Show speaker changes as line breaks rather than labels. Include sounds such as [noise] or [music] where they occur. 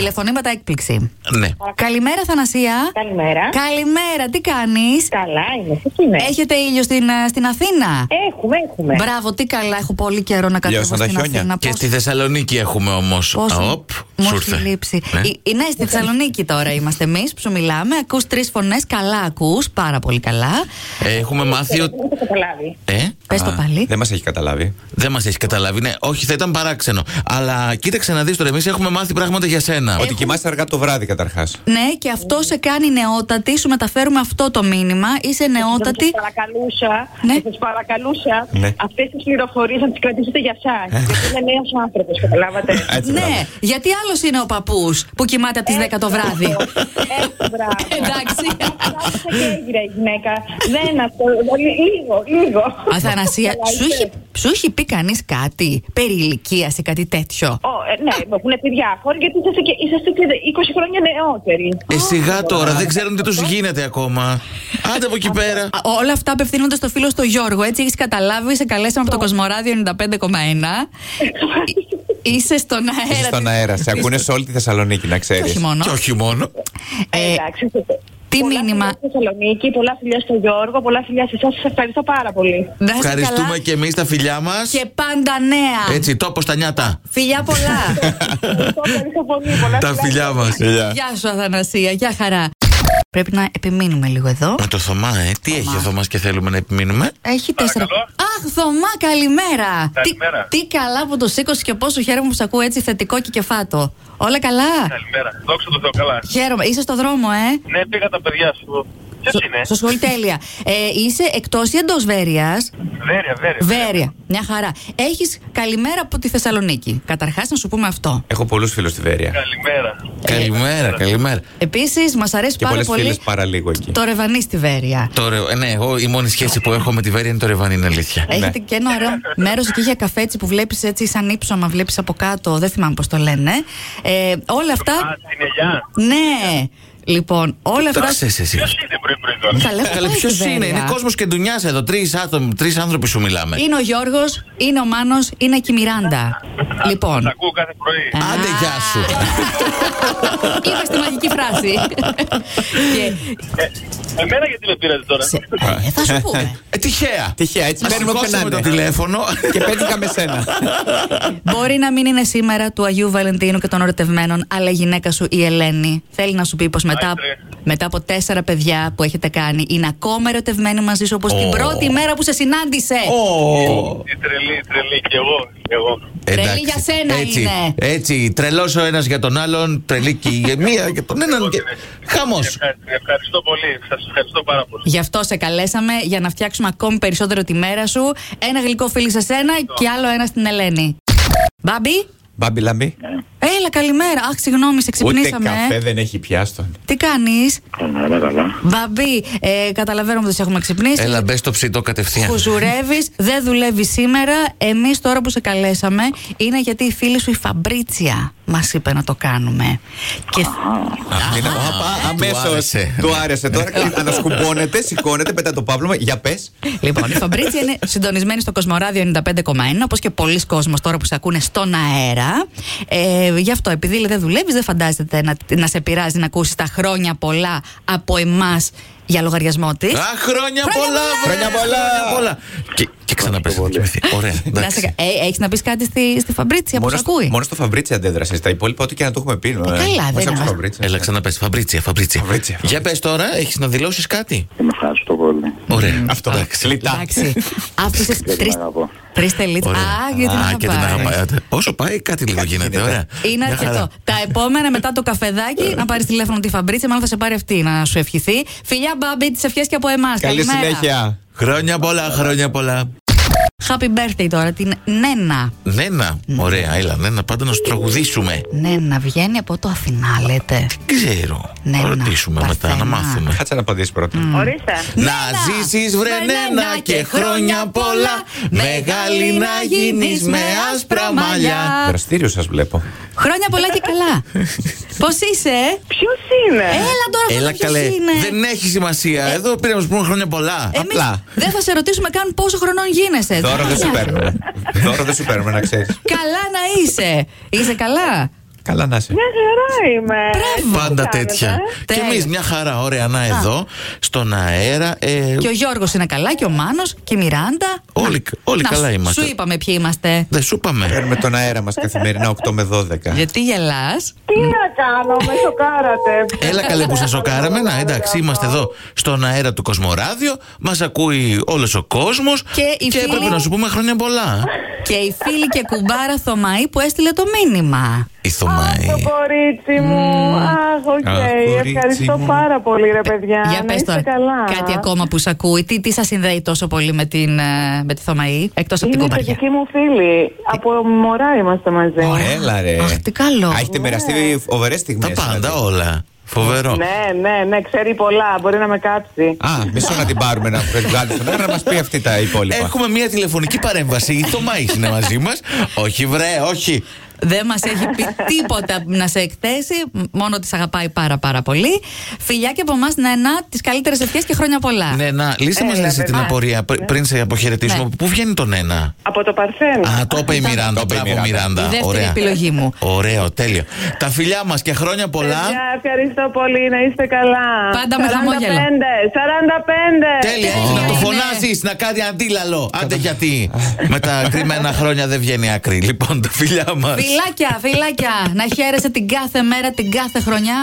Τηλεφωνήματα έκπληξη.
Ναι.
Καλημέρα, Θανασία.
Καλημέρα.
Καλημέρα, τι κάνεις.
Καλά, είναι εσύ τι είναι.
Έχετε ήλιο στην, ε, στην Αθήνα.
Έχουμε, έχουμε.
Μπράβο, τι καλά. Έχω πολύ καιρό να κατέβω
Λιώσαν τα
στην
χιόνια.
Αθήνα.
Και
Πώς-
στη Θεσσαλονίκη έχουμε όμως.
πώς-
Οπ,
μου έχει
σου ήρθε.
λείψει.
Ναι.
Η- η- Ναι, στη Θεσσαλονίκη τώρα είμαστε εμείς που σου μιλάμε. Ακούς τρεις φωνές, καλά ακούς, πάρα πολύ καλά.
Ε, Έχουμε μάθει ότι.
Δεν το καταλάβει.
Ε,
Πες το
α,
πάλι.
Δεν μας έχει καταλάβει.
Δεν μας έχει καταλάβει. Ναι, όχι, θα ήταν παράξενο. Αλλά κοίταξε να δεις τώρα, εμείς έχουμε μάθει πράγματα για
Ε,
σένα.
Ότι κοιμάσαι αργά το βράδυ καταρχάς.
Ναι, και αυτό σε κάνει νεότατη. Σου μεταφέρουμε αυτό το μήνυμα. Είσαι νεότατη.
Σα παρακαλούσα,
Ναι.
σας παρακαλούσα
Ναι.
αυτές τις πληροφορίες να τις κρατήσετε για
Ε.
εσάς. Γιατί είμαι νέος άνθρωπος, καταλάβατε.
Έτσι, μπράβο.
Ναι, γιατί άλλος είναι ο παππούς που κοιμάται από τις 10 το βράδυ. ε,
Έτσι, μπράβο.
Εντάξει.
Άκουσα και έγινε η γυναίκα. Δεν αυτό. δηλαδή, Λίγο, λίγο.
Αθανασία,
Καλά,
σου έχει,
είστε.
σου έχει πει κανείς κάτι περί ηλικίας ή κάτι τέτοιο.
Ω, ε, ναι, μου έχουν πει διάφοροι γιατί είσαστε και, είσαστε και 20 χρόνια νεότεροι.
Ε, σιγά τώρα, δεν ξέρουν τι τους γίνεται ακόμα. Άντε από εκεί πέρα.
Α, Όλα αυτά απευθύνονται στο φίλο στο Γιώργο, έτσι έχεις καταλάβει. Σε καλέσαμε από το Κοσμοράδιο 95,1. Ε, Είσαι στον αέρα.
Είσαι στον
της-
αέρα.
[laughs]
Σε ακούνε σε όλη τη Θεσσαλονίκη, να
Και
ξέρει.
όχι μόνο.
Και όχι μόνο.
Ε,
Εντάξει.
τι
Πολλά
μήνυμα-
φιλιά στη Θεσσαλονίκη, πολλά φιλιά στον Γιώργο, πολλά φιλιά σε εσάς. Σας ευχαριστώ πάρα
[laughs]
πολύ.
να είσαι
Ευχαριστούμε
καλά
και εμείς τα φιλιά μας.
και πάντα νέα.
Έτσι, τόπο στα νιάτα.
Φιλιά
[laughs]
πολλά.
Ευχαριστώ, ευχαριστώ πολύ. Πολλά
Τα φιλιά μα.
Γεια σου, Αθανασία. Γεια χαρά. Πρέπει να επιμείνουμε λίγο εδώ.
Με το Θωμά, ε. Τι έχει ο Θωμάς και θέλουμε να επιμείνουμε.
Έχει τέσσερα. Αχ, Θωμά, καλημέρα.
Καλημέρα.
Τι, τι καλά που το σήκωσε και πόσο χαίρομαι που σε ακούω έτσι θετικό και κεφάτο. Όλα καλά.
Καλημέρα. Δόξα τω Θεώ, καλά.
Χαίρομαι. Είσαι στο δρόμο, ε.
Ναι, πήγα τα παιδιά σου. Ποιος είναι,
Στο σχολείο τέλεια. Ε, είσαι εκτός ή εντός Βέρειας.
Βέρεια, Βέρεια.
Βέρεια. Μια χαρά. Έχεις καλημέρα από τη Θεσσαλονίκη. Καταρχάς, να σου πούμε αυτό.
Έχω πολλούς φίλους στη Βέρεια.
Καλημέρα.
Ε, Καλημέρα, καλημέρα.
Επίσης, μας αρέσει
Και
πάρα
πολλές φίλε
πολύ
παραλίγο εκεί.
το ρεβανί στη Βέρεια.
Το ρε- ε, ναι, εγώ η μόνη σχέση που έχω με τη Βέρεια είναι το ρεβανί, είναι
Ναι.
αλήθεια.
Έχετε και ένα ωραίο μέρος εκεί για καφέ έτσι που βλέπεις έτσι σαν ύψωμα, βλέπεις από κάτω. Δεν θυμάμαι πώς το λένε. Ε, όλα
Α,
αυτά.
την ελιά.
Ναι. Λοιπόν, όλα αυτά.
Κοιτάξε εσύ.
Ποιος είναι πρωί-πρωί τώρα.
Καλά, έχω πάει στη
ποιο είναι,
Βέρεια.
είναι κόσμος και ντουνιά εδώ. Τρεις τρεις άνθρωποι σου μιλάμε.
Είναι ο Γιώργος, είναι ο Μάνος, είναι και η Μιράντα. λοιπόν.
Τα ακούω κάθε πρωί.
Α.
Άντε, γεια σου.
Είπα στη μαγική φράση. και...
Ε, εμένα γιατί με πήρατε τώρα.
σε- ε, θα σου πούμε.
Ε, τυχαία.
Τυχαία, έτσι
Μας
παίρνουμε όποιον
σηκώσαμε
να
το
είναι.
τηλέφωνο.
Και πέτυχαμε σένα.
[laughs] Μπορεί να μην είναι σήμερα του Αγίου Βαλεντίνου και των ερωτευμένων, αλλά η γυναίκα σου η Ελένη θέλει να σου πει πως μετά,
Άιτρε.
μετά από τέσσερα παιδιά που έχετε κάνει είναι ακόμα ερωτευμένη μαζί σου όπως την
Ω.
πρώτη μέρα που σε συνάντησε.
[laughs] Ω.
Η τρελή, η τρελή και εγώ. και εγώ.
Εντάξει.
για σένα
έτσι,
είναι.
Έτσι, τρελός ο ένας για τον άλλον, τρελή και η μία για τον έναν. Και... Χαμός.
Ευχαριστώ, ευχαριστώ πολύ. Σας ευχαριστώ πάρα πολύ.
Γι' αυτό σε καλέσαμε για να φτιάξουμε ακόμη περισσότερο τη μέρα σου. Ένα γλυκό φίλι σε σένα και άλλο ένα στην Ελένη. Μπάμπι,
Μπάμπι λαμπί.
έλα καλημέρα. Αχ, συγγνώμη, σε
Ούτε
ξυπνήσαμε. ε.
καφέ δεν έχει πιάστον.
Τι κάνεις,
Καλά, καλά.
Μπαμπί, ε, καταλαβαίνουμε ότι σε έχουμε ξυπνήσει.
Έλα, μπες στο ψητό κατευθείαν.
Κουζουρεύει, δεν δουλεύει σήμερα. Εμείς τώρα που σε καλέσαμε είναι γιατί η φίλη σου η Φαμπρίτσια μας είπε να το κάνουμε. Και...
του άρεσε.
Του άρεσε τώρα.
Ε.
και Ανασκουμπώνεται, σηκώνεται, πετά το πάπλωμα. Για πες.
λοιπόν, η Φαμπρίτσια είναι συντονισμένη στο Κοσμοράδιο 95,1, όπως και πολλοί κόσμος τώρα που σε ακούνε στον αέρα. Ε, γι' αυτό, επειδή λέει, δεν δουλεύεις, δεν φαντάζεται να, να σε πειράζει να ακούσεις τα χρόνια πολλά από εμάς για λογαριασμό της.
Α, χρόνια πολλά!
πολλά!
βρε,
Χρόνια πολλά!
χρόνια πολλά. Και, και ξαναπέσαι να κοιμηθεί. Ωραία. εντάξει.
Έχει Ε, να πεις κάτι στη, στη Φαμπρίτσια που
Μόνος
σε
στο-
ακούει.
μόνος στο Φαμπρίτσι αντέδρασε. Τα υπόλοιπα, ό,τι και να το έχουμε πει. ε,
καλά,
μας
δεν
άκουσες
είναι.
Φαμπρίτσι.
Έλα, ξαναπέσαι. Φαμπρίτσια, Φαμπρίτσια.
Φαμπρίτσια,
Για πες τώρα, έχεις να δηλώσεις κάτι.
Ευχαριστώ πολύ.
Ωραία.
Αυτό.
Εντάξει.
Λιτά.
Εντάξει. Άφησες
την
τρεις.
αγαπώ.
Τρεις τελίτσε.
Ωραία.
Α, γιατί
Α,
να
και την αγαπάει. Άντε, Όσο πάει, κάτι λίγο γίνεται. Ωραία.
Είναι
Μια
αρκετό.
χαρά.
Τα επόμενα μετά το καφεδάκι να πάρεις τηλέφωνο τη Φαμπρίτσια, μάλλον θα σε πάρει αυτή να σου ευχηθεί. Φιλιά, μπάμπι, τι ευχέ και από εμάς.
Καλή συνέχεια.
Χρόνια πολλά, χρόνια πολλά.
Happy birthday τώρα, την Νένα.
Νένα, ωραία, έλα, Νένα, πάντα να σου τραγουδήσουμε.
Νένα βγαίνει από το Αθηνά, λέτε.
Ξέρω.
Ναι,
να
να.
ρωτήσουμε μετά, να
Παρθένα.
μάθουμε.
Κάτσε να απαντήσει πρώτα.
Ορίστε.
Να ζήσεις βρε νένα και χρόνια πολλά Μεγάλη να γίνεις με άσπρα μαλλιά
Δραστήριο σας βλέπω.
Χρόνια πολλά και καλά. Πώς είσαι, ε?
Ποιος είναι.
Έλα τώρα,
Έλα
ποιος
καλέ,
είναι. Ε,
δεν έχει σημασία Εδώ πήραμε να σου πούμε χρόνια πολλά
Εμείς
απλά.
δεν θα σε ρωτήσουμε καν πόσο χρονών γίνεσαι.
Δώρο δεν σου
ε.
νοιάζει.
παίρνουμε. Δώρο δεν σου παίρνουμε, να ξέρεις.
Καλά να είσαι. Είσαι καλά.
Καλά να είσαι.
Ναι.
Μια χαρά είμαι. Έτσι
Πάντα
κάνετε,
τέτοια.
ε.
Και
Τέλεια.
εμείς μια χαρά, ωραία, να εδώ, στον αέρα. ε,
Και ο Γιώργος είναι καλά, και ο Μάνος και η Μιράντα.
Όλοι- όλοι
Να,
καλά
σου-
είμαστε.
Σου Ε, είπαμε ποιοι είμαστε.
Δεν σου είπαμε.
Παίρνουμε τον αέρα μας καθημερινά 8 με 12.
Γιατί γελάς
Τι να κάνω, με σοκάρατε.
Ε,
Έλα καλέ που σα σοκάραμε. Να, εντάξει, είμαστε εδώ στον αέρα του Κοσμοράδιο. Μας ακούει όλος ο κόσμος.
Και οι φίλοι-
έπρεπε να σου πούμε χρόνια πολλά.
και η φίλη και κουμπάρα Θωμαή που έστειλε το μήνυμα.
Η Θωμάη.
Το κορίτσι μου. Αχ, οκ.
Αχ, κορίτσι
Ευχαριστώ
μου.
πάρα πολύ, ρε Ε, παιδιά.
Για
να
πες
είστε
τώρα
καλά.
κάτι ακόμα που σ' ακούει. Τι, τι σας συνδέει τόσο πολύ με, την, ε, με τη Θωμαή, εκτός από την
Είναι
κουμπαριά.
παιδική μου φίλη. Από μωρά είμαστε μαζί.
Έλα ρε.
Αχ, τι καλό. Ναι.
Α, έχετε μοιραστεί φοβερέ
Τα
στιγμές
πάντα
δηλαδή.
όλα. Φοβερό.
Ναι, ναι, ναι, ξέρει πολλά. Μπορεί να με κάψει.
Α, μισό να την πάρουμε να βγάλουμε τον αέρα να μας πει αυτή τα υπόλοιπα.
Έχουμε μια τηλεφωνική παρέμβαση. Η Θωμάη είναι μαζί μας. Όχι, βρέ, όχι.
Δεν μας έχει πει
[laughs]
τίποτα να σε εκθέσει. Μόνο ότι σε αγαπάει πάρα πάρα πολύ. Φιλιά και από εμάς, ναι, να τις καλύτερες ευχές και χρόνια πολλά.
Ναι, να, λύσε μας
Έλα,
εσύ την
παιδιά.
απορία πρι- πριν σε αποχαιρετήσουμε.
Ναι.
Πού βγαίνει τον ένα.
Από το Παρθένο.
Α, το είπε η
ήταν-
Μιράντα.
Το είπε η
Μπράβο,
Μιράντα.
Μιράντα.
Η δεύτερη
ναι, Ωραία.
επιλογή μου.
Ωραίο, τέλειο. Τα φιλιά μας και χρόνια πολλά.
Παιδιά, ευχαριστώ πολύ. Να είστε καλά.
Πάντα με χαμόγελο.
45. 45.
Τέλεια,
Τέλεια
να το
είναι.
φωνάζεις, να κάνει αντίλαλο. Άντε γιατί. Με τα κρυμμένα χρόνια δεν βγαίνει άκρη. Λοιπόν, τα φιλιά μας.
Φιλάκια, φιλάκια. να χαίρεσαι την κάθε μέρα, την κάθε χρονιά.